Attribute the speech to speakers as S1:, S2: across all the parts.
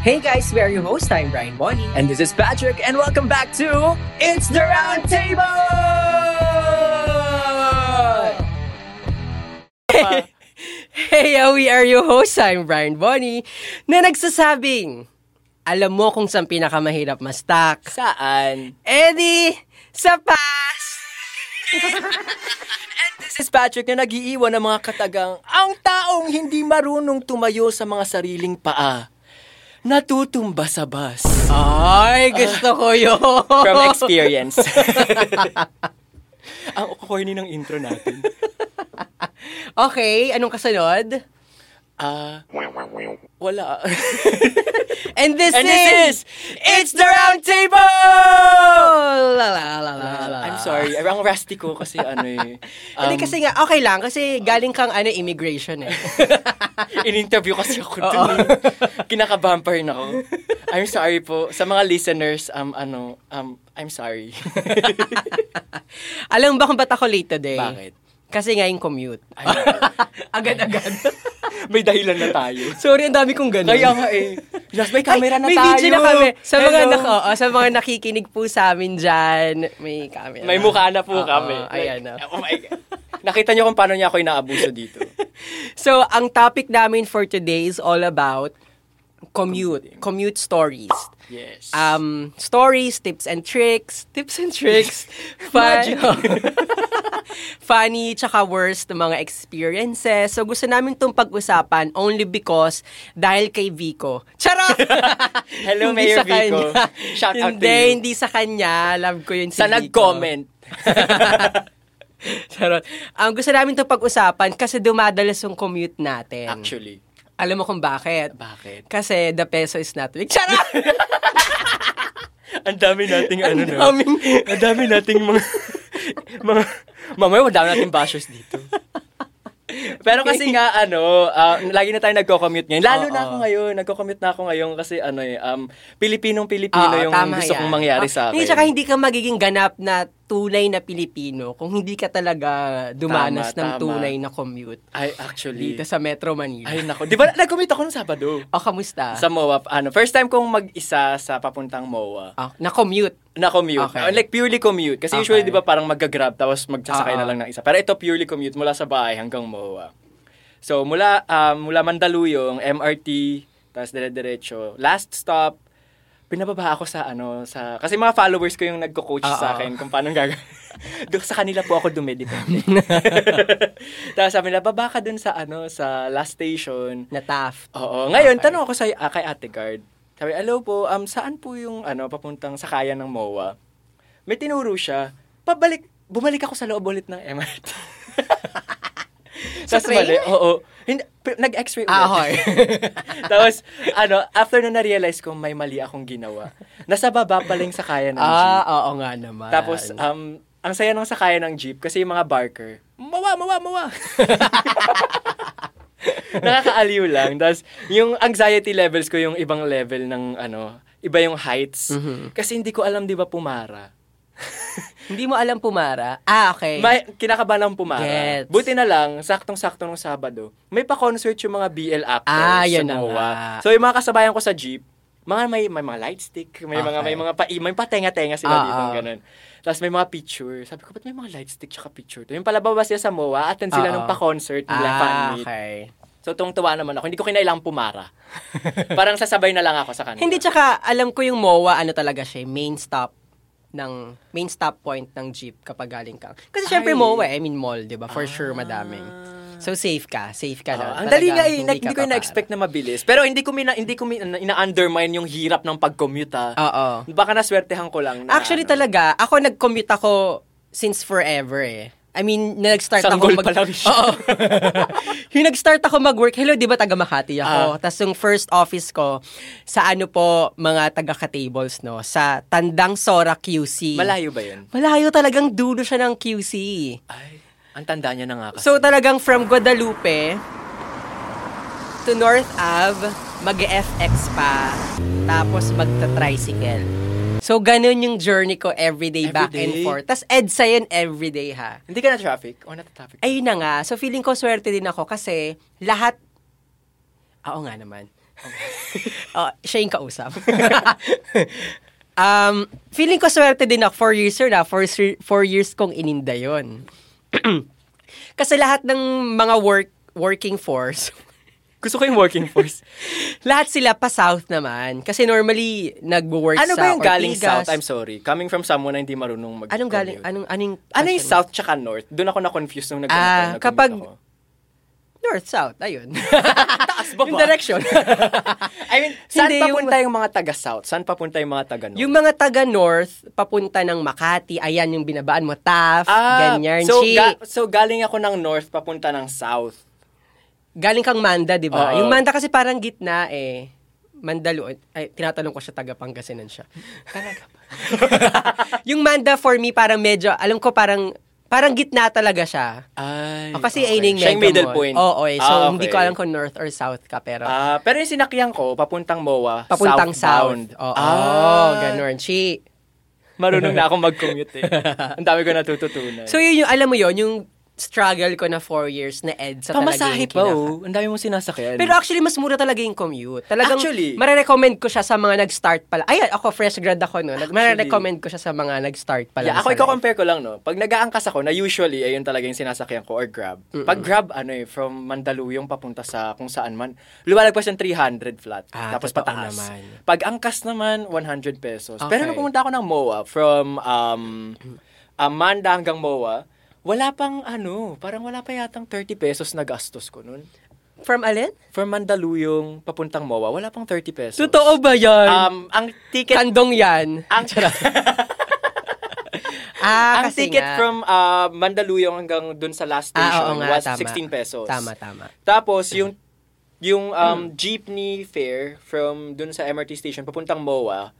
S1: Hey guys, we are your host. I'm Brian Bonnie.
S2: And this is Patrick, and welcome back to It's the Round Table!
S1: Hey, uh, we are your host. I'm Brian Bonnie na nagsasabing, alam mo kung saan pinakamahirap mastak.
S2: Saan?
S1: Eddie, sa pass!
S2: This is Patrick na nagiiwan ng mga katagang ang taong hindi marunong tumayo sa mga sariling paa. Natutumba sa bus.
S1: Ay, gusto ko yun!
S2: From experience. ang corny ng intro natin.
S1: Okay, anong kasunod?
S2: Ah, wala.
S1: And this
S2: And
S1: is...
S2: this is
S1: It's the Round Table! La, la, la, la, la.
S2: I'm sorry. Ang rusty ko kasi ano eh.
S1: Hindi
S2: um,
S1: kasi nga, okay lang. Kasi galing kang ano, immigration eh.
S2: In-interview kasi ako dun. eh. Kinakabahan pa rin ako. I'm sorry po. Sa mga listeners, um, ano, um, I'm sorry.
S1: Alam mo ba kung ba't ako late today?
S2: Bakit?
S1: Kasi nga yung commute. Agad-agad.
S2: May dahilan na tayo.
S1: Sorry, ang dami kong ganun.
S2: Kaya nga eh. Yes, may camera
S1: Ay,
S2: na
S1: may
S2: tayo.
S1: video na kami. Sa mga,
S2: Hello.
S1: nak- oo, sa mga nakikinig po sa amin dyan, may camera.
S2: May mukha na po
S1: Oo,
S2: kami.
S1: ayan na.
S2: Oh my God. Nakita niyo kung paano niya ako inaabuso dito.
S1: So, ang topic namin for today is all about commute. Commute stories.
S2: Yes.
S1: Um, stories, tips and tricks. Tips and tricks. Fun. funny, tsaka worst na mga experiences. So, gusto namin itong pag-usapan only because dahil kay Vico. Charot!
S2: Hello,
S1: Hindi
S2: Mayor
S1: sa
S2: Vico.
S1: kanya.
S2: Shout out
S1: hindi,
S2: to you.
S1: Hindi, sa kanya. Love ko yun si
S2: Sa
S1: Vico.
S2: nag-comment.
S1: Charot. Ang gusto namin itong pag-usapan kasi dumadalas yung commute natin.
S2: Actually.
S1: Alam mo kung bakit?
S2: Bakit?
S1: Kasi the peso is not weak. Charot!
S2: Ang dami nating ano no.
S1: daming-
S2: Ang dami nating mga mga mamaya wala nating bashers dito. Pero kasi nga ano, ah, lagi na tayo nagko-commute ngayon. Lalo na
S1: Oo.
S2: ako ngayon, nagko-commute na ako ngayon kasi ano eh, um, Pilipinong Pilipino yung gusto kong mangyari
S1: Ah,
S2: sa akin.
S1: Hindi, tsaka hindi ka magiging ganap na tunay na Pilipino kung hindi ka talaga dumanas
S2: Tama,
S1: ng
S2: tama.
S1: tunay na commute
S2: Ay, actually.
S1: dito sa Metro Manila.
S2: Ay, nako. Di ba, nag-commute ako nung Sabado.
S1: O, kamusta?
S2: Sa MOA, ano, first time kong mag-isa sa papuntang MOA.
S1: Ah, na commute.
S2: na commute.
S1: Okay.
S2: Like purely commute. Kasi usually,
S1: Okay. Ah.
S2: di ba, parang magga-grab tapos magsasakay
S1: Oo.
S2: na lang ng isa. Pero ito purely commute mula sa bahay hanggang MOA. So, mula, ah, mula Mandaluyong, MRT, tapos dire-diretso. Last stop, pinababa ako sa ano, sa... Kasi mga followers ko yung nagko-coach
S1: Oo.
S2: sa akin kung paano gagawin. Do- sa kanila po ako dumidepende. tapos sabi nila, baba ka dun sa ano, sa last station.
S1: Na Taft.
S2: Oo. Ngayon,
S1: Okay.
S2: tanong ako sa ah, kay Ate Guard. Sabi, hello po, um, saan po yung ano, papuntang sakaya ng MOA? May tinuro siya. Pabalik, bumalik ako sa loob ulit ng MRT.
S1: Sa
S2: Tas
S1: train? Ah,
S2: bali, Oo. Hindi, p- nag-x-ray ulit.
S1: Ahoy.
S2: Tapos, ano, after na na-realize ko may mali akong ginawa. Nasa baba pala yung sakaya ng
S1: ah,
S2: jeep.
S1: oo nga naman.
S2: Tapos, um, ang saya ng sakaya ng jeep kasi yung mga barker, mawa, mawa, mawa. Nakakaaliw lang. Tapos, yung anxiety levels ko, yung ibang level ng ano, iba yung heights. Kasi hindi ko alam, di ba, pumara.
S1: hindi mo alam pumara? Ah, okay.
S2: May, kinakabahan akong pumara.
S1: Gets.
S2: Buti na lang, saktong-sakto nung Sabado, may pa-concert yung mga BL actors
S1: Ah, yun
S2: sa
S1: na
S2: MOA.
S1: nga.
S2: So, yung mga kasabayan ko sa jeep, mga may, may mga light stick, may mga
S1: Okay.
S2: may mga pa, may patenga-tenga sila
S1: Ah,
S2: dito,
S1: ah.
S2: ganun. Tapos may mga picture. Sabi ko, ba't may mga light stick tsaka picture to? Yung palababa sila sa MOA, attend sila
S1: Ah,
S2: nung
S1: ah.
S2: pa-concert nila, fan
S1: ah,
S2: meet.
S1: okay.
S2: So, tuwang-tuwa naman ako. Hindi ko kinailang pumara. Parang sasabay na lang ako sa kanila.
S1: Hindi, tsaka alam ko yung MOA, ano talaga siya, yung main stop ng main stop point ng jeep kapag galing ka. Kasi syempre
S2: Ay. Ah.
S1: MOA, eh, I mean mall, di ba? For sure, madaming. So, safe ka. Safe ka
S2: Oo,
S1: na.
S2: ang
S1: Talagang
S2: dali nga eh,
S1: hindi
S2: hindi,
S1: ka
S2: ko
S1: papara.
S2: na-expect na mabilis. Pero hindi ko mina, hindi ko mina, ina-undermine yung hirap ng pag-commute ah.
S1: Oo.
S2: Baka naswertehan ko lang na.
S1: Actually
S2: ano.
S1: talaga, ako nag-commute ako since forever eh. I mean, nag-start
S2: Sanggol
S1: ako mag...
S2: pa lang siya.
S1: Oo. yung nag-start ako mag-work, hello, di ba taga Makati
S2: Ah.
S1: ako? Tapos yung first office ko, sa ano po, mga taga-katables, no? Sa Tandang Sora QC.
S2: Malayo ba yun?
S1: Malayo talagang dulo siya ng QC.
S2: Ay, ang tanda niya na nga kasi.
S1: So talagang from Guadalupe to North Ave, mag-FX pa, tapos magta-tricycle. So ganun yung journey ko everyday, back and
S2: Everyday?
S1: forth. Tapos EDSA yun everyday ha.
S2: hindi ka na traffic o na traffic?
S1: Ayun na nga, so feeling ko swerte din ako kasi lahat, oo nga naman. Oh, siya yung kausap. um, feeling ko swerte din ako. Four years yun na. Four, sir- four years kong ininda yon. Kasi lahat ng mga work working force,
S2: Gusto ko yung working force.
S1: lahat sila pa south naman. Kasi normally, nag-work
S2: ano
S1: sa
S2: ba yung galing
S1: Ortigas.
S2: south? I'm sorry. Coming from someone na hindi marunong mag
S1: Anong galing? Anong,
S2: Ano yung
S1: anong, question mo?
S2: south tsaka north? Doon ako na-confuse nung nag
S1: Ah,
S2: nag-commute
S1: kapag-
S2: ako.
S1: North, south. Ayun.
S2: Taas ba
S1: yung direction.
S2: I mean, saan
S1: Hindi, yung-
S2: papunta yung... mga taga-south? Saan papunta yung mga taga-north?
S1: yung mga taga-north, papunta ng Makati, ayan yung binabaan mo, Taft, ganyan,
S2: Ah, so,
S1: Chi.
S2: ga- so galing ako ng north papunta ng south.
S1: Galing kang Manda, di ba?
S2: Oo.
S1: Yung Manda kasi parang gitna eh. Mandalo, ay, tinatanong ko siya, taga Pangasinan siya. yung Manda for me, parang medyo, alam ko parang, parang gitna talaga siya.
S2: Ay,
S1: O, Ah, kasi okay.
S2: Hmm, Siya yung middle point.
S1: Oo, eh. so
S2: Ah, okay.
S1: hindi ko alam kung north or south ka, pero
S2: Ah, pero yung sinakyan ko, papuntang MOA,
S1: papuntang
S2: southbound.
S1: south. Oo,
S2: Ah,
S1: ganun. Chi.
S2: Marunong na akong mag-commute eh. Ang dami ko natututunan.
S1: So yun yung, alam mo yun, yung struggle ko na four years na EDSA talaga
S2: pamasahe
S1: yung
S2: pa
S1: kinaka-
S2: oh. Ang dami mong sinasakyan.
S1: Pero actually, mas mura talaga yung commute. Talagang,
S2: Actually.
S1: marerecommend ko siya sa mga nag-start pala. Ay, ako, fresh grad ako, no? Nag- Marerecommend ko siya sa mga nag-start pala.
S2: yeah, ako
S1: sa life.
S2: i-compare ko lang, no? Pag nagaangkas ako, na usually, ayun talaga yung sinasakyan ko, or grab. Pag grab, ano eh, from Mandaluyong papunta sa kung saan man, lumalagpas yung 300 flat.
S1: Ah,
S2: tapos
S1: totoo
S2: pataas.
S1: naman.
S2: Pag angkas naman, 100 pesos.
S1: Okay.
S2: Pero nung pumunta ako ng MOA, from um, Amanda hanggang MOA, wala pang ano, parang wala pa yatang 30 pesos na gastos ko nun.
S1: From Alin?
S2: From Mandaluyong papuntang MOA, wala pang 30 pesos.
S1: Totoo ba yan?
S2: Um, ang ticket
S1: Kandong yan.
S2: ang,
S1: Ah,
S2: ang
S1: kasi
S2: ticket
S1: nga.
S2: from ah, Mandaluyong hanggang dun sa last station
S1: Ah, oo nga,
S2: was
S1: tama.
S2: 16 pesos.
S1: Tama, tama.
S2: Tapos yung yung um, jeepney fare from dun sa MRT station papuntang MOA,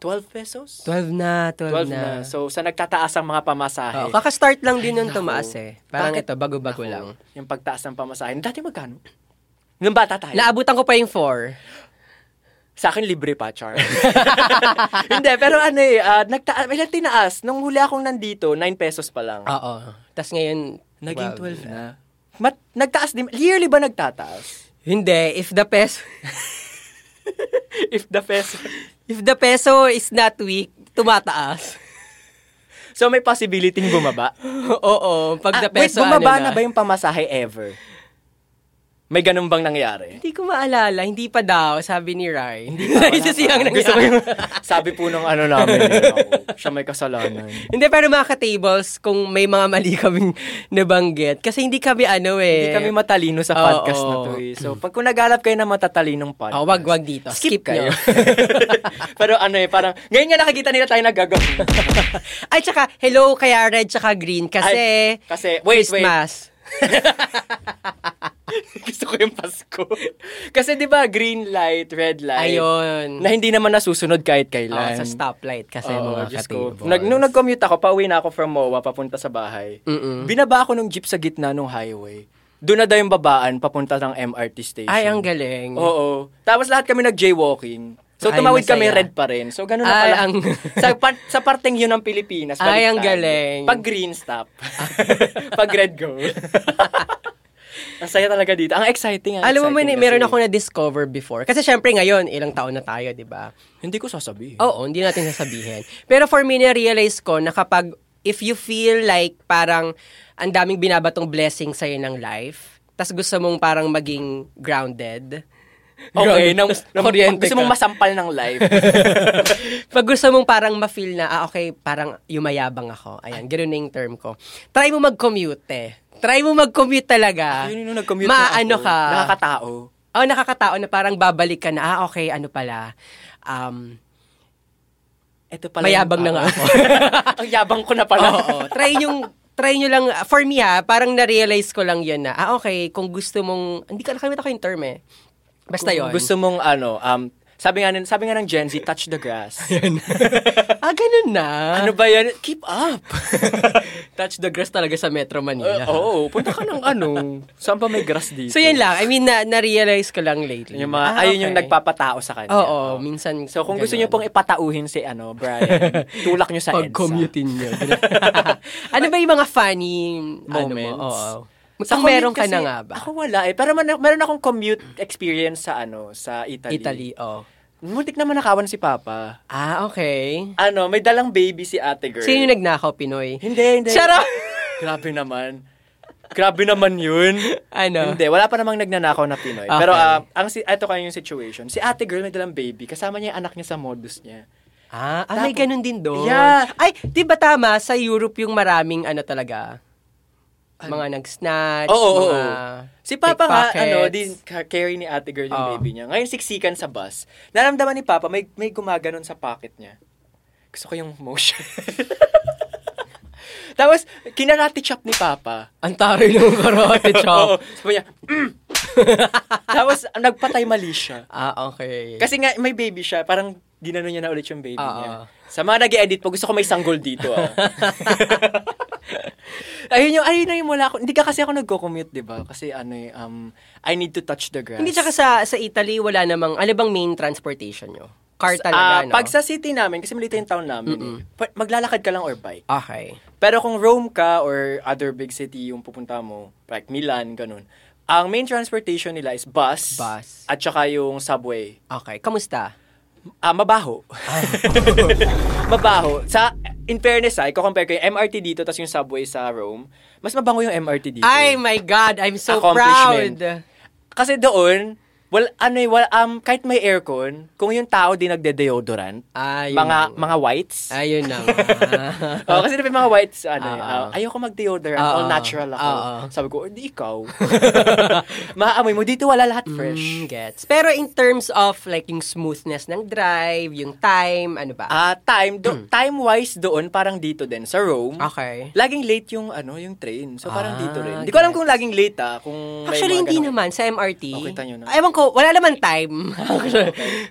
S2: 12 pesos?
S1: 12 na,
S2: 12
S1: 12, na.
S2: na. So, sa nagtataas ang mga pamasahe.
S1: Oo, kakastart lang din yung
S2: Nako.
S1: tumaas eh. Parang
S2: Bakit?
S1: ito, bago-bago
S2: Ako,
S1: lang.
S2: Yung pagtaas ng pamasahe. Dati magkano? Nung bata tayo.
S1: Naabutan ko pa yung 4.
S2: Sa akin, libre pa, Char. Hindi, pero ano eh, ah, nagtaas, may tinaas. Nung huli akong nandito, 9 pesos pa lang.
S1: Oo. Tapos ngayon,
S2: Naging 12 na. Mat, nagtaas din. Yearly ba nagtataas?
S1: Hindi, if the peso,
S2: If the peso.
S1: if the peso is not weak, tumataas.
S2: So may possibility ng bumaba?
S1: Oo, pag the
S2: Ah, wait,
S1: peso
S2: bumaba
S1: ano
S2: na ba yung pamasahe ever? May ganun bang nangyari?
S1: Hindi ko maalala, hindi pa daw, sabi ni Rai. Hindi
S2: Ah,
S1: pa,
S2: wala
S1: siyang
S2: pa. Gusto ko yung, sabi po nung ano namin, yun, ako, siya may kasalanan.
S1: Hindi, pero mga ka-tables, kung may mga mali kaming nabanggit. Kasi hindi kami ano eh.
S2: Hindi kami matalino sa podcast
S1: Oo.
S2: na to eh. So, pag kung naghanap kayo ng matatalinong podcast,
S1: Oh, wag, wag dito.
S2: skip,
S1: Skip,
S2: kayo.
S1: nyo.
S2: Pero ano eh, parang, ngayon nga nakikita nila tayo nagagawin.
S1: Ay, tsaka, hello kaya red tsaka green. Kasi,
S2: Kasi, wait, wait.
S1: Christmas.
S2: Gusto ko yung Pasko. Kasi di ba green light, red light.
S1: Ayun.
S2: Na hindi naman nasusunod kahit
S1: Oo,
S2: kailan.
S1: sa stoplight kasi
S2: Oo,
S1: mga
S2: Oh, Diyos ko.
S1: ka-tables.
S2: Nag, nung nag-commute ako, pauwi na ako from MOA, papunta sa bahay.
S1: Mm-mm.
S2: Binaba ako ng jeep sa gitna ng highway. Doon na daw yung babaan, papunta ng MRT station.
S1: Ay, ang galing.
S2: Oo. Tapos lahat kami nag-jaywalking. So
S1: Ay,
S2: tumawid
S1: masaya.
S2: kami red pa rin. So ganun na
S1: Ay,
S2: pala.
S1: ang-
S2: sa, par- sa parteng yun ng Pilipinas. baliktad.
S1: Ay, ang galing.
S2: Pag green, stop. Pag red, go. ang saya talaga dito. Ang exciting. Ang
S1: Alam mo, may,
S2: exciting
S1: meron
S2: kasi.
S1: ako na-discover before. Kasi syempre ngayon, ilang taon na tayo, di ba?
S2: Hindi ko sasabihin.
S1: Oo, hindi natin sasabihin. Pero for me, na-realize ko na kapag, if you feel like parang ang daming binabatong blessing sa'yo ng life, tas gusto mong parang maging grounded.
S2: Okay, nang, nang,
S1: kuryente
S2: gusto mong
S1: ka.
S2: masampal ng life.
S1: Pag gusto mong parang ma-feel na, ah, okay, parang yumayabang ako. Ayan, ganun na yung term ko. Try mo mag-commute eh. Try mo mag-commute
S2: Ah,
S1: talaga.
S2: Yun yung nag-commute na ako.
S1: Maano ano ka.
S2: Nakakatao.
S1: Oh, nakakatao na parang babalik ka na, ah, okay, ano pala, um,
S2: Ito pala
S1: mayabang na
S2: yung
S1: nga
S2: tao.
S1: ako.
S2: Ang yabang ko na pala.
S1: Oo, oo. try yung try nyo lang, for me ha, parang na-realize ko lang yun na, ah, okay, kung gusto mong, hindi ka nakamit ako yung term eh. Basta yun.
S2: Gusto mong ano, um, sabi nga, nin- sabi nga ng Gen Z, touch the grass.
S1: ah, ganun na.
S2: ano ba yan? Keep up.
S1: Touch the grass talaga sa Metro
S2: Uh,
S1: Manila.
S2: Oo, punta ka ng ano. Saan ba may grass dito?
S1: oh. So yun lang, I mean, na, na-realize ko lang lately.
S2: Yung mga,
S1: Ah,
S2: ayun yung
S1: okay.
S2: nagpapatao sa kanya. Oh.
S1: Oo, oo, minsan
S2: So kung gusto
S1: ganun.
S2: niyo pong ipatauhin si ano, Brian, tulak niyo sa EDSA.
S1: Pag-commuting nyo. ano ba yung mga funny ano mo?
S2: Moments.
S1: Oo. Kung
S2: commute
S1: meron ka
S2: kasi,
S1: na nga ba?
S2: Ako wala eh. Pero man, meron akong commute experience sa ano, sa Italy.
S1: Italy, oh.
S2: Muntik naman nakawan si Papa.
S1: Ah, okay.
S2: Ano, may dalang baby si ate girl.
S1: Sino yung nagnakaw, Pinoy?
S2: Hindi, hindi.
S1: Charot!
S2: Grabe naman. Grabe naman yun.
S1: Ano?
S2: Hindi, wala pa namang nagnanakaw na Pinoy.
S1: Okay.
S2: Pero ah, ang si ito kayo yung situation. Si ate girl may dalang baby. Kasama niya yung anak niya sa modus niya.
S1: Ah, ah, may
S2: Tapos-
S1: ganun din doon.
S2: Yeah.
S1: Ay, di ba tama, sa Europe yung maraming ano talaga, mga nag-snatch,
S2: Oo, oo,
S1: mga...
S2: Si Papa nga,
S1: pickpockets.
S2: ano, din ka- carry ni ate girl yung
S1: Oh.
S2: baby niya. Ngayon siksikan sa bus. Naramdaman ni Papa, may, may gumaganon sa pocket niya. Gusto ko yung motion. Tapos, kinarate chop ni Papa.
S1: Ang taray ng karate
S2: Oo.
S1: chop.
S2: Sabi niya, "Mm." Tapos, nagpatay mali siya.
S1: ah, okay.
S2: Kasi nga, may baby siya. Parang, ginano niya na ulit yung baby
S1: Oo.
S2: niya. Sa mga nag edit po, gusto ko may sanggol dito. Ah. ayun yung, ayun na yung wala ko. Hindi ka kasi ako nagko-commute, di ba? Kasi ano eh, um, I need to touch the grass.
S1: Hindi, tsaka sa, sa Italy, wala namang, ano bang main transportation nyo? Car
S2: Ah,
S1: talaga, no?
S2: Pag sa city namin, kasi malita yung town namin, eh, pa- maglalakad ka lang or bike.
S1: Okay.
S2: Pero kung Rome ka or other big city yung pupunta mo, like Milan, ganun, ang main transportation nila is bus,
S1: Bus.
S2: at saka yung subway.
S1: Okay. Kamusta?
S2: Ah, mabaho. mabaho. Sa, in fairness ha, compare ko yung MRT dito tas yung subway sa Rome, mas mabango yung MRT dito.
S1: Ay, my God! I'm so
S2: Accomplishment.
S1: proud!
S2: Kasi doon, well, ano eh, well, um, kahit may aircon, kung yung tao di nagde-deodorant,
S1: Ayun.
S2: mga, mga whites.
S1: Ayun na nga.
S2: Oh, kasi diba yung mga whites, ano, eh,
S1: Ah,
S2: ah, ayoko mag-deodorant,
S1: Ah,
S2: all
S1: ah.
S2: natural ako.
S1: Ah, ah.
S2: Sabi ko, "Or di ikaw. Maamoy mo, dito wala lahat fresh.
S1: Mm, gets. Pero in terms of like yung smoothness ng drive, yung time, ano ba?
S2: Ah, time, do-
S1: Hmm.
S2: time-wise doon, parang dito din, sa Rome.
S1: okay.
S2: Laging late yung ano, yung train. So parang
S1: Ah,
S2: dito rin. Hindi ko alam
S1: gets.
S2: kung laging late ah, kung may
S1: Actually,
S2: mga
S1: hindi
S2: ganun.
S1: naman. Sa MRT.
S2: Oh, kita nyo na.
S1: Ewan ko, wala naman time.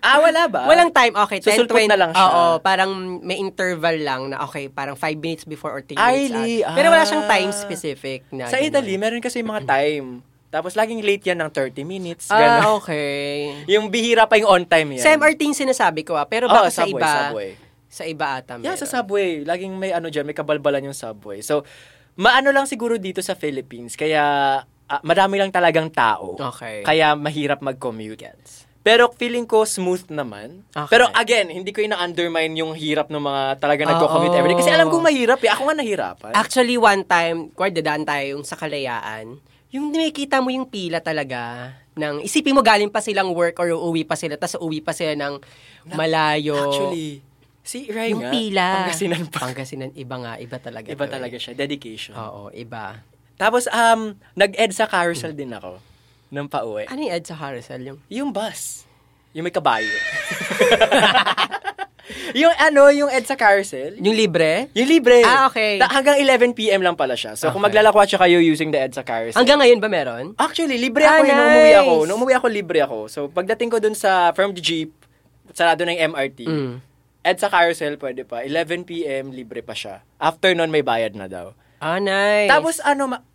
S2: Ah, wala ba?
S1: Walang time. Okay, 10,
S2: Susulpot
S1: 20.
S2: na lang siya.
S1: Oo, parang may interval lang na okay, parang 5 minutes before or 3
S2: Ay,
S1: minutes.
S2: li-
S1: after. Pero wala siyang
S2: ah.
S1: time specific na.
S2: Sa
S1: ganun.
S2: Italy, meron kasi mga time. Tapos laging late yan ng 30 minutes.
S1: Ah,
S2: Ganun.
S1: okay.
S2: yung bihira pa yung on time yan.
S1: Sa MRT yung sinasabi ko ah, pero
S2: Oo,
S1: baka sa
S2: subway,
S1: iba,
S2: subway.
S1: sa iba ata
S2: Yeah, sa
S1: meron.
S2: subway. Laging may ano dyan, may kabalbalan yung subway. So, maano lang siguro dito sa Philippines. Kaya, ah, madami lang talagang tao.
S1: Okay.
S2: Kaya, mahirap mag-commute. Pero feeling ko smooth naman.
S1: Okay.
S2: Pero again, hindi ko ina-undermine yung hirap ng mga talaga
S1: Oo.
S2: nagko-commute everyday. Kasi alam ko mahirap eh. Ako nga nahirapan.
S1: Actually, one time, kuwari dadaan tayo yung sa kalayaan, yung nakikita mo yung pila talaga, ng, isipin mo galing pa silang work or uuwi pa sila, tapos uuwi pa sila ng malayo.
S2: Actually, si Ray
S1: yung
S2: nga,
S1: pila.
S2: Pangasinan pa.
S1: Pangasinan, iba nga, iba talaga.
S2: Iba
S1: to eh.
S2: talaga siya. Dedication.
S1: Oo, iba.
S2: Tapos, um, nag-ed sa carousel din ako. Nang pauwi.
S1: Ano yung Ed sa carousel? Yung,
S2: Yung bus. Yung may kabayo. yung ano, yung ed sa carousel.
S1: yung libre?
S2: Yung libre.
S1: Ah, okay.
S2: Ta- hanggang 11 p.m. lang pala siya. So, kung
S1: Okay.
S2: maglalakwatsa kayo using the EDSA carousel.
S1: Hanggang ngayon ba meron?
S2: Actually, libre
S1: Ah,
S2: ako eh. Nung umuwi
S1: nice.
S2: ako. Nung umuwi ako, libre ako. So, pagdating ko dun sa, from the jeep, sarado na yung MRT.
S1: Mm.
S2: At sa carousel, pwede pa. 11 p.m., libre pa siya. After nun, may bayad na daw.
S1: Ah, nice.
S2: Tapos ano, ma-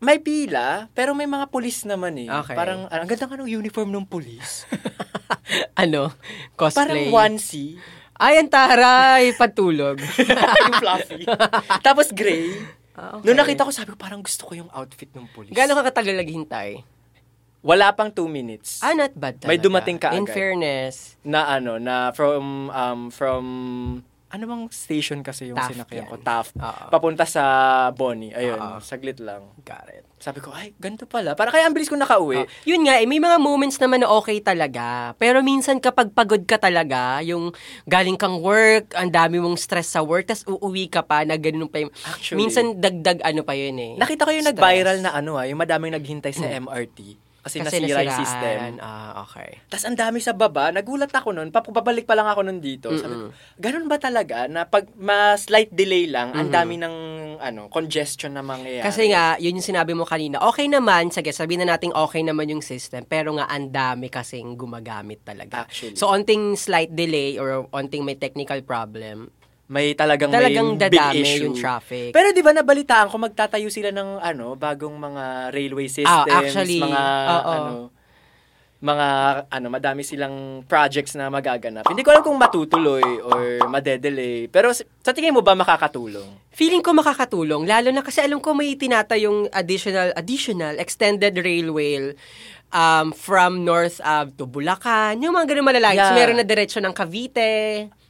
S2: may pila, pero may mga pulis naman eh.
S1: Okay.
S2: Parang, ah, ang ganda nga ng uniform ng pulis.
S1: ano? Cosplay.
S2: Parang onesie.
S1: Ay, ang taray, patulog.
S2: yung fluffy. Tapos gray.
S1: Ah, okay.
S2: Nung nakita ko, sabi ko, parang gusto ko yung outfit ng pulis.
S1: Gano'n ka katagal naghintay?
S2: Wala pang two minutes.
S1: Ah, not bad talaga.
S2: May dumating ka
S1: In
S2: agad.
S1: fairness.
S2: na ano, na from, um, from, ano bang station kasi yung
S1: Taft
S2: sinakyan
S1: yan.
S2: ko? Taft.
S1: Oo.
S2: Papunta sa Bonnie. Ayun,
S1: Oo.
S2: saglit lang.
S1: Got it.
S2: Sabi ko, ay, ganito pala. Parang kaya ang bilis ko nakauwi.
S1: Yun nga, eh, may mga moments naman na okay talaga. Pero minsan kapag pagod ka talaga, yung galing kang work, ang dami mong stress sa work, tas uuwi ka pa na ganun pa yung...
S2: Actually-
S1: minsan dagdag ano pa yun eh.
S2: Nakita ko yung
S1: Stress. Mm.
S2: nag-viral na ano ah, yung madaming naghintay sa MRT. Kasi, nasira yung
S1: nasiraan.
S2: system.
S1: Ah, okay.
S2: Tapos ang dami sa baba, nagulat ako nun, papabalik pa lang ako nun dito. Sabi ko, ganun ba talaga na pag mas slight delay lang, ang dami ng ano, congestion na mangyayari?
S1: Kasi nga, yun yung sinabi mo kanina, okay naman, sige, sabihin na natin okay naman yung system, pero nga ang dami kasing gumagamit talaga.
S2: Actually.
S1: So, onting slight delay or onting may technical problem,
S2: may talagang,
S1: talagang
S2: may big
S1: dadami
S2: issue.
S1: yung traffic.
S2: Pero di ba nabalitaan ko magtatayo sila ng ano, bagong mga railway systems,
S1: actually.
S2: mga
S1: Ah, Oo.
S2: ano. mga ano madami silang projects na magaganap. Hindi ko alam kung matutuloy or madedelay. Pero s- sa tingin mo ba makakatulong?
S1: Feeling ko makakatulong, lalo na kasi alam ko may tinatayong additional, additional extended railway um, from North Ave to Bulacan. Yung mga ganun malalaki. So,
S2: Yeah.
S1: meron na diretsyo ng Cavite.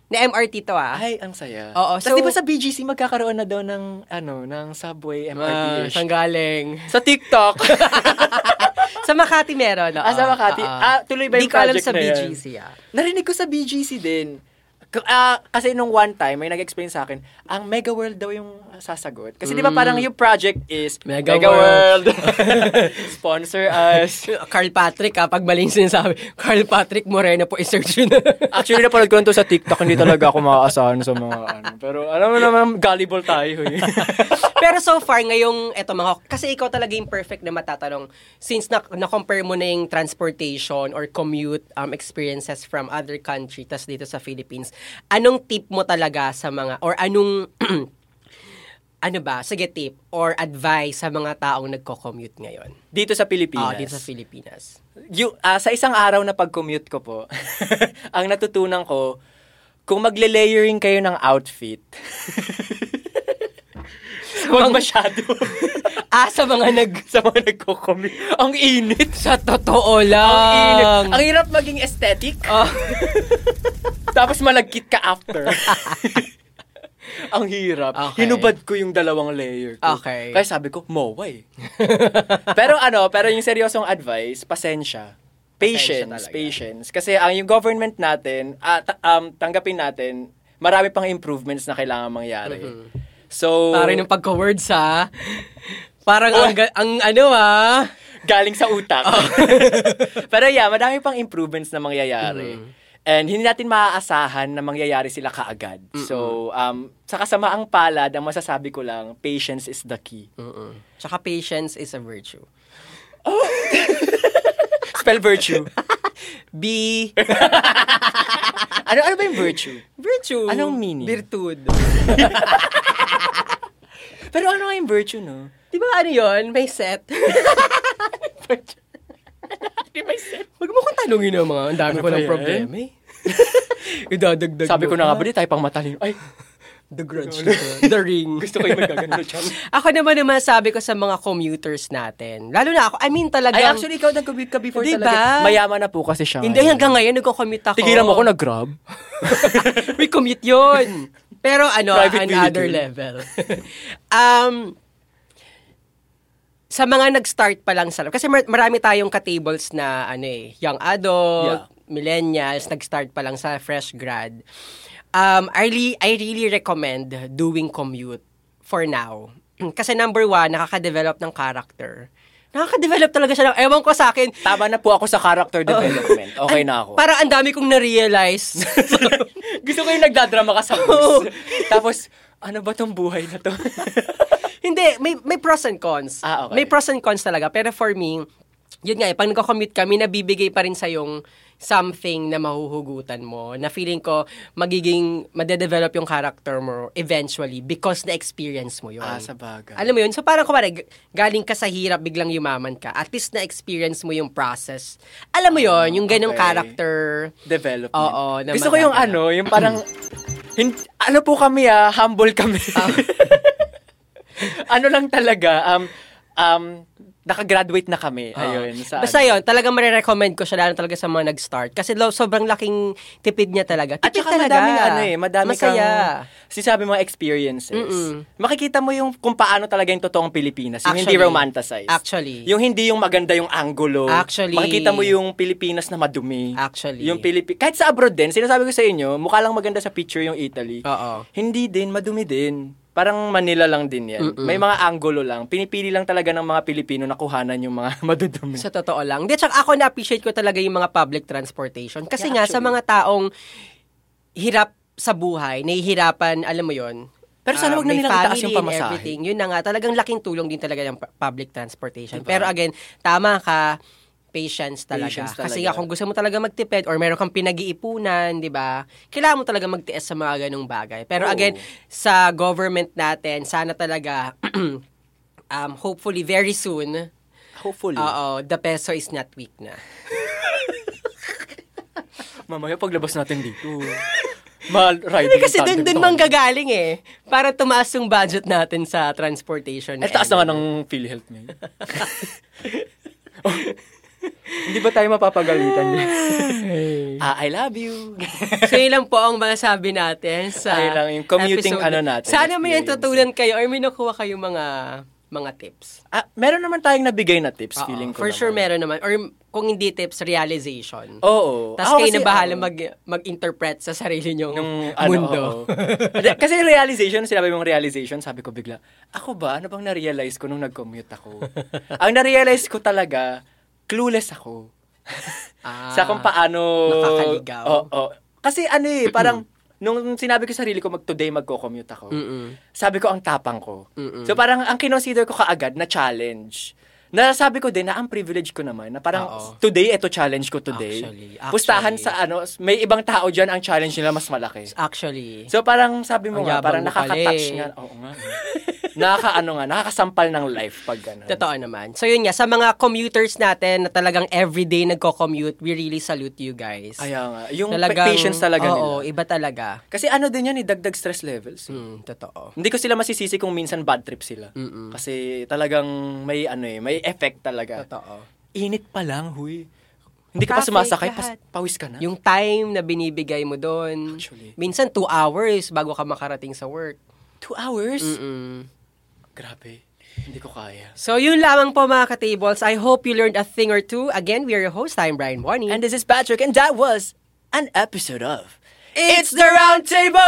S1: Na MRT to ah.
S2: Ay, ang saya.
S1: Oo,
S2: Tapos
S1: so-
S2: di ba sa BGC magkakaroon na daw ng ano, ng subway
S1: Ah,
S2: MRT.
S1: saan galing?
S2: sa TikTok.
S1: sa Makati meron. oo.
S2: Ah, sa Makati.
S1: Oo.
S2: Ah, tuloy ba yung
S1: Di ko alam
S2: project
S1: sa
S2: na yan?
S1: BGC ah.
S2: Narinig ko sa BGC din. K- ah, kasi nung one time, may nag-explain sa akin, ang Mega World daw yung sasagot. Kasi di ba parang yung project is
S1: Mega
S2: Sponsor us.
S1: Carl Patrick ah, pag maling sinasabi. Carl Patrick Morena po, i-search yun.
S2: Actually, napanood ko lang to sa TikTok. Hindi talaga ako maaasahan sa mga ano. Pero alam mo naman, gullible tayo eh.
S1: Pero so far, ngayong, eto mga, kasi ikaw talaga yung perfect na matatanong. Since na, na-compare mo na yung transportation or commute um, experiences from other country, tas dito sa Philippines, anong tip mo talaga sa mga, or anong, ano ba, sige tip, or advice sa mga taong nagko-commute ngayon?
S2: Dito sa
S1: Ah,
S2: Pilipinas.
S1: dito sa Pilipinas.
S2: Yu- ah, sa isang araw na pag-commute ko po, ang natutunan ko, kung magle-layering kayo ng outfit, huwag masyado
S1: Ah, sa mga nag...
S2: sa mga nagko-commute. Ang init!
S1: Sa totoo
S2: Ang init.
S1: lang.
S2: Ang hirap maging aesthetic.
S1: Um, Ah.
S2: Tapos malagkit ka after. ang hirap.
S1: Okay.
S2: Hinubad ko yung dalawang layer ko.
S1: Okay.
S2: Kaya sabi ko, mowa eh. pero ano, pero yung seryosong advice, pasensya. Patience,
S1: Pasensya talaga.
S2: patience. Kasi ang yung government natin, ah, ta- um, tanggapin natin, marami pang improvements na kailangan mangyari. So,
S1: Mm-hmm. Pare ng pagka-words ha. Parang ang, ga- ang ano ah.
S2: galing sa utak.
S1: Oh.
S2: Pero yeah, madami pang improvements na mangyayari.
S1: Mm-hmm.
S2: And hindi natin maaasahan na mangyayari sila kaagad. So, um, sa kasamaang palad, ang masasabi ko lang, patience is the key.
S1: Mm-hmm. Tsaka patience is a virtue.
S2: Spell virtue.
S1: B.
S2: ano, ano ba yung virtue?
S1: Virtue.
S2: Anong meaning?
S1: Virtud.
S2: Pero ano nga yung virtue, no?
S1: Di ba ano yun? May set.
S2: Di ba set?
S1: Huwag mo kong tanongin ang mga. Ang dami
S2: Ano
S1: ko
S2: ba
S1: ng
S2: yan?
S1: problema eh. Idadagdag
S2: Sabi
S1: mo
S2: ko na nga,
S1: pa.
S2: ba di tayo pang matalino? Ay,
S1: The grudge. The ring.
S2: gusto ko yung magagano, Cham.
S1: Ako naman naman sabi ko sa mga commuters natin. Lalo na ako. I mean talaga.
S2: Ay, actually, ikaw nag-commute ka before
S1: Di
S2: talaga.
S1: ba?
S2: Mayaman na po kasi siya.
S1: Diba? Hindi,
S2: ngayon.
S1: hanggang ngayon nagko-commute ako.
S2: Tigilan mo ako nag-grab.
S1: May commute yun. Pero ano,
S2: Private
S1: another
S2: vehicle.
S1: level. um, sa mga nag-start pa lang sa kasi mar- marami tayong ka-tables na ano eh, young
S2: Yeah.
S1: adult, millennials, nag-start pa lang sa fresh grad. Um, I, really, I really recommend doing commute for now. Kasi number one, nakaka-develop ng character. Nakaka-develop talaga siya. ng- Ewan ko sa akin,
S2: Tama na po ako sa character
S1: Oh.
S2: development. Okay na ako.
S1: parang ang dami kong na-realize.
S2: Gusto ko yung nagdadrama ka sa
S1: Oo.
S2: bus. Tapos, ano ba tong buhay na to?
S1: Hindi, may, may pros and cons.
S2: Ah, okay.
S1: May pros and cons talaga. Pero for me, yun nga, eh, pag nagko-commute kami, nabibigay pa rin sa yung something na mahuhugutan mo, na feeling ko magiging, madedevelop yung character mo eventually because na-experience mo yun.
S2: ah, sa bagay.
S1: Alam mo yun? So parang kumare, galing ka sa hirap, biglang yumaman ka. At least na-experience mo yung process. Alam mo yun, yung ganong
S2: okay.
S1: character.
S2: Development.
S1: Oo, na
S2: Gusto ko yung
S1: magagana.
S2: ano, yung parang, hin- ano po kami ah, humble kami. ano lang talaga, um, um, nakagraduate na kami. Ayun. Sa,
S1: Ah. Basta yun, talagang marirecommend ko siya lalo talaga sa mga nag-start. Kasi lo, sobrang laking tipid niya talaga. Tipid
S2: At saka
S1: talaga.
S2: madaming ano eh, madami
S1: Masaya.
S2: kang sinasabi mga experiences.
S1: Mm-mm.
S2: Makikita mo yung kung paano talaga yung totoong Pilipinas, yung hindi
S1: Actually.
S2: romanticized.
S1: Actually.
S2: Yung hindi yung maganda yung angulo.
S1: Actually.
S2: Makikita mo yung Pilipinas na madumi.
S1: Actually.
S2: Yung Pilipi kahit sa abroad din, sinasabi ko sa inyo, mukha lang maganda sa picture yung Italy.
S1: Oo.
S2: Hindi din, madumi din. Parang Manila lang din yan.
S1: Mm-mm.
S2: May mga angulo lang. Pinipili lang talaga ng mga Pilipino na kuhanan yung mga madudumi.
S1: Sa totoo lang. Di, tsaka ako na-appreciate ko talaga yung mga public transportation. Kasi
S2: Yeah,
S1: nga, sa
S2: actually.
S1: mga taong hirap sa buhay, nahihirapan, alam mo yon
S2: Pero sana
S1: Ah,
S2: wag na
S1: may
S2: nilang itaas
S1: family
S2: yung
S1: and
S2: pamasahe.
S1: everything. Yun na nga, talagang laking tulong din talaga ng pu- public transportation.
S2: Diba?
S1: Pero again, tama ka, patience talaga.
S2: Patience
S1: Kasi
S2: talaga.
S1: nga, kung gusto mo talaga magtipid or meron kang pinag-iipunan, di ba? Kailangan mo talaga magtiis sa mga ganung bagay. Pero
S2: Oo.
S1: again, sa government natin, sana talaga, um, hopefully very soon,
S2: Hopefully.
S1: oo, the peso is not weak na.
S2: mamaya paglabas natin dito. Mal riding
S1: Hindi kasi
S2: tandem
S1: doon doon
S2: tayo.
S1: manggagaling eh. Para tumaas yung budget natin sa transportation.
S2: Eh, taas na nga ng PhilHealth ngayon. Oh, Hindi ba tayo mapapagalitan niya? ah, I love you.
S1: so, yun lang po ang masabi natin sa
S2: Ayun lang, yung commuting
S1: episode.
S2: ano natin,
S1: Sana may
S2: experience.
S1: natutunan kayo or may nakuha kayo mga mga tips.
S2: ah, meron naman tayong nabigay na tips,
S1: Oo,
S2: feeling ko.
S1: for
S2: naman.
S1: sure meron naman. Or kung hindi tips, realization.
S2: Oo.
S1: Tapos
S2: Ako ah, kasi,
S1: kayo
S2: ano,
S1: na bahala
S2: oo.
S1: mag, mag-interpret sa sarili nyong
S2: Nung Ano,
S1: mundo.
S2: oo. Kasi realization, sinabi mong realization, sabi ko bigla, ako ba, ano bang na-realize ko nung nag-commute ako? Ang na-realize ko talaga, clueless ako.
S1: Ah,
S2: sa kung paano...
S1: nakakaligaw.
S2: Oo. oo. Kasi ano eh, parang, nung sinabi ko sa sarili ko, mag today magko-commute ako,
S1: Mm-mm.
S2: sabi ko ang tapang ko.
S1: Mm-mm.
S2: So parang ang kinonsider ko kaagad na challenge. Nasabi ko din na ang privilege ko naman na parang
S1: Oo.
S2: today ito challenge ko today.
S1: Actually,
S2: Pustahan
S1: actually.
S2: sa ano, may ibang tao diyan ang challenge nila mas malaki.
S1: Actually.
S2: So parang sabi mo
S1: Ang
S2: nga,
S1: yabang
S2: parang
S1: mo pala
S2: nakaka-touch
S1: eh.
S2: nga. Oo nga. Nakaka ano nga, nakakasampal ng life pag ganun.
S1: Totoo naman. So yun nga, sa mga commuters natin na talagang everyday nagko-commute, we really salute you guys.
S2: Kaya nga, yung
S1: Talagang-
S2: patience talaga
S1: oo,
S2: nila.
S1: iba talaga.
S2: Kasi ano din yan, eh, dagdag stress levels. eh.
S1: Hmm, totoo.
S2: Hindi ko sila masisisi kung minsan bad trip sila.
S1: Mm-mm.
S2: Kasi talagang may ano eh, may effect talaga.
S1: Totoo.
S2: Init pa lang, huy. Hindi ka pa
S1: Traffic,
S2: sumasakay, pas-
S1: lahat.
S2: pawis ka na.
S1: Ah. Yung time na binibigay mo doon,
S2: Actually.
S1: minsan two hours bago ka makarating sa work.
S2: Two hours?
S1: Mm-mm.
S2: Grabe, hindi ko kaya.
S1: So yun lamang po mga katables. I hope you learned a thing or two. Again, we are your host. I'm Brian Bonnie.
S2: And this is Patrick, and that was an episode of
S1: it's the round table!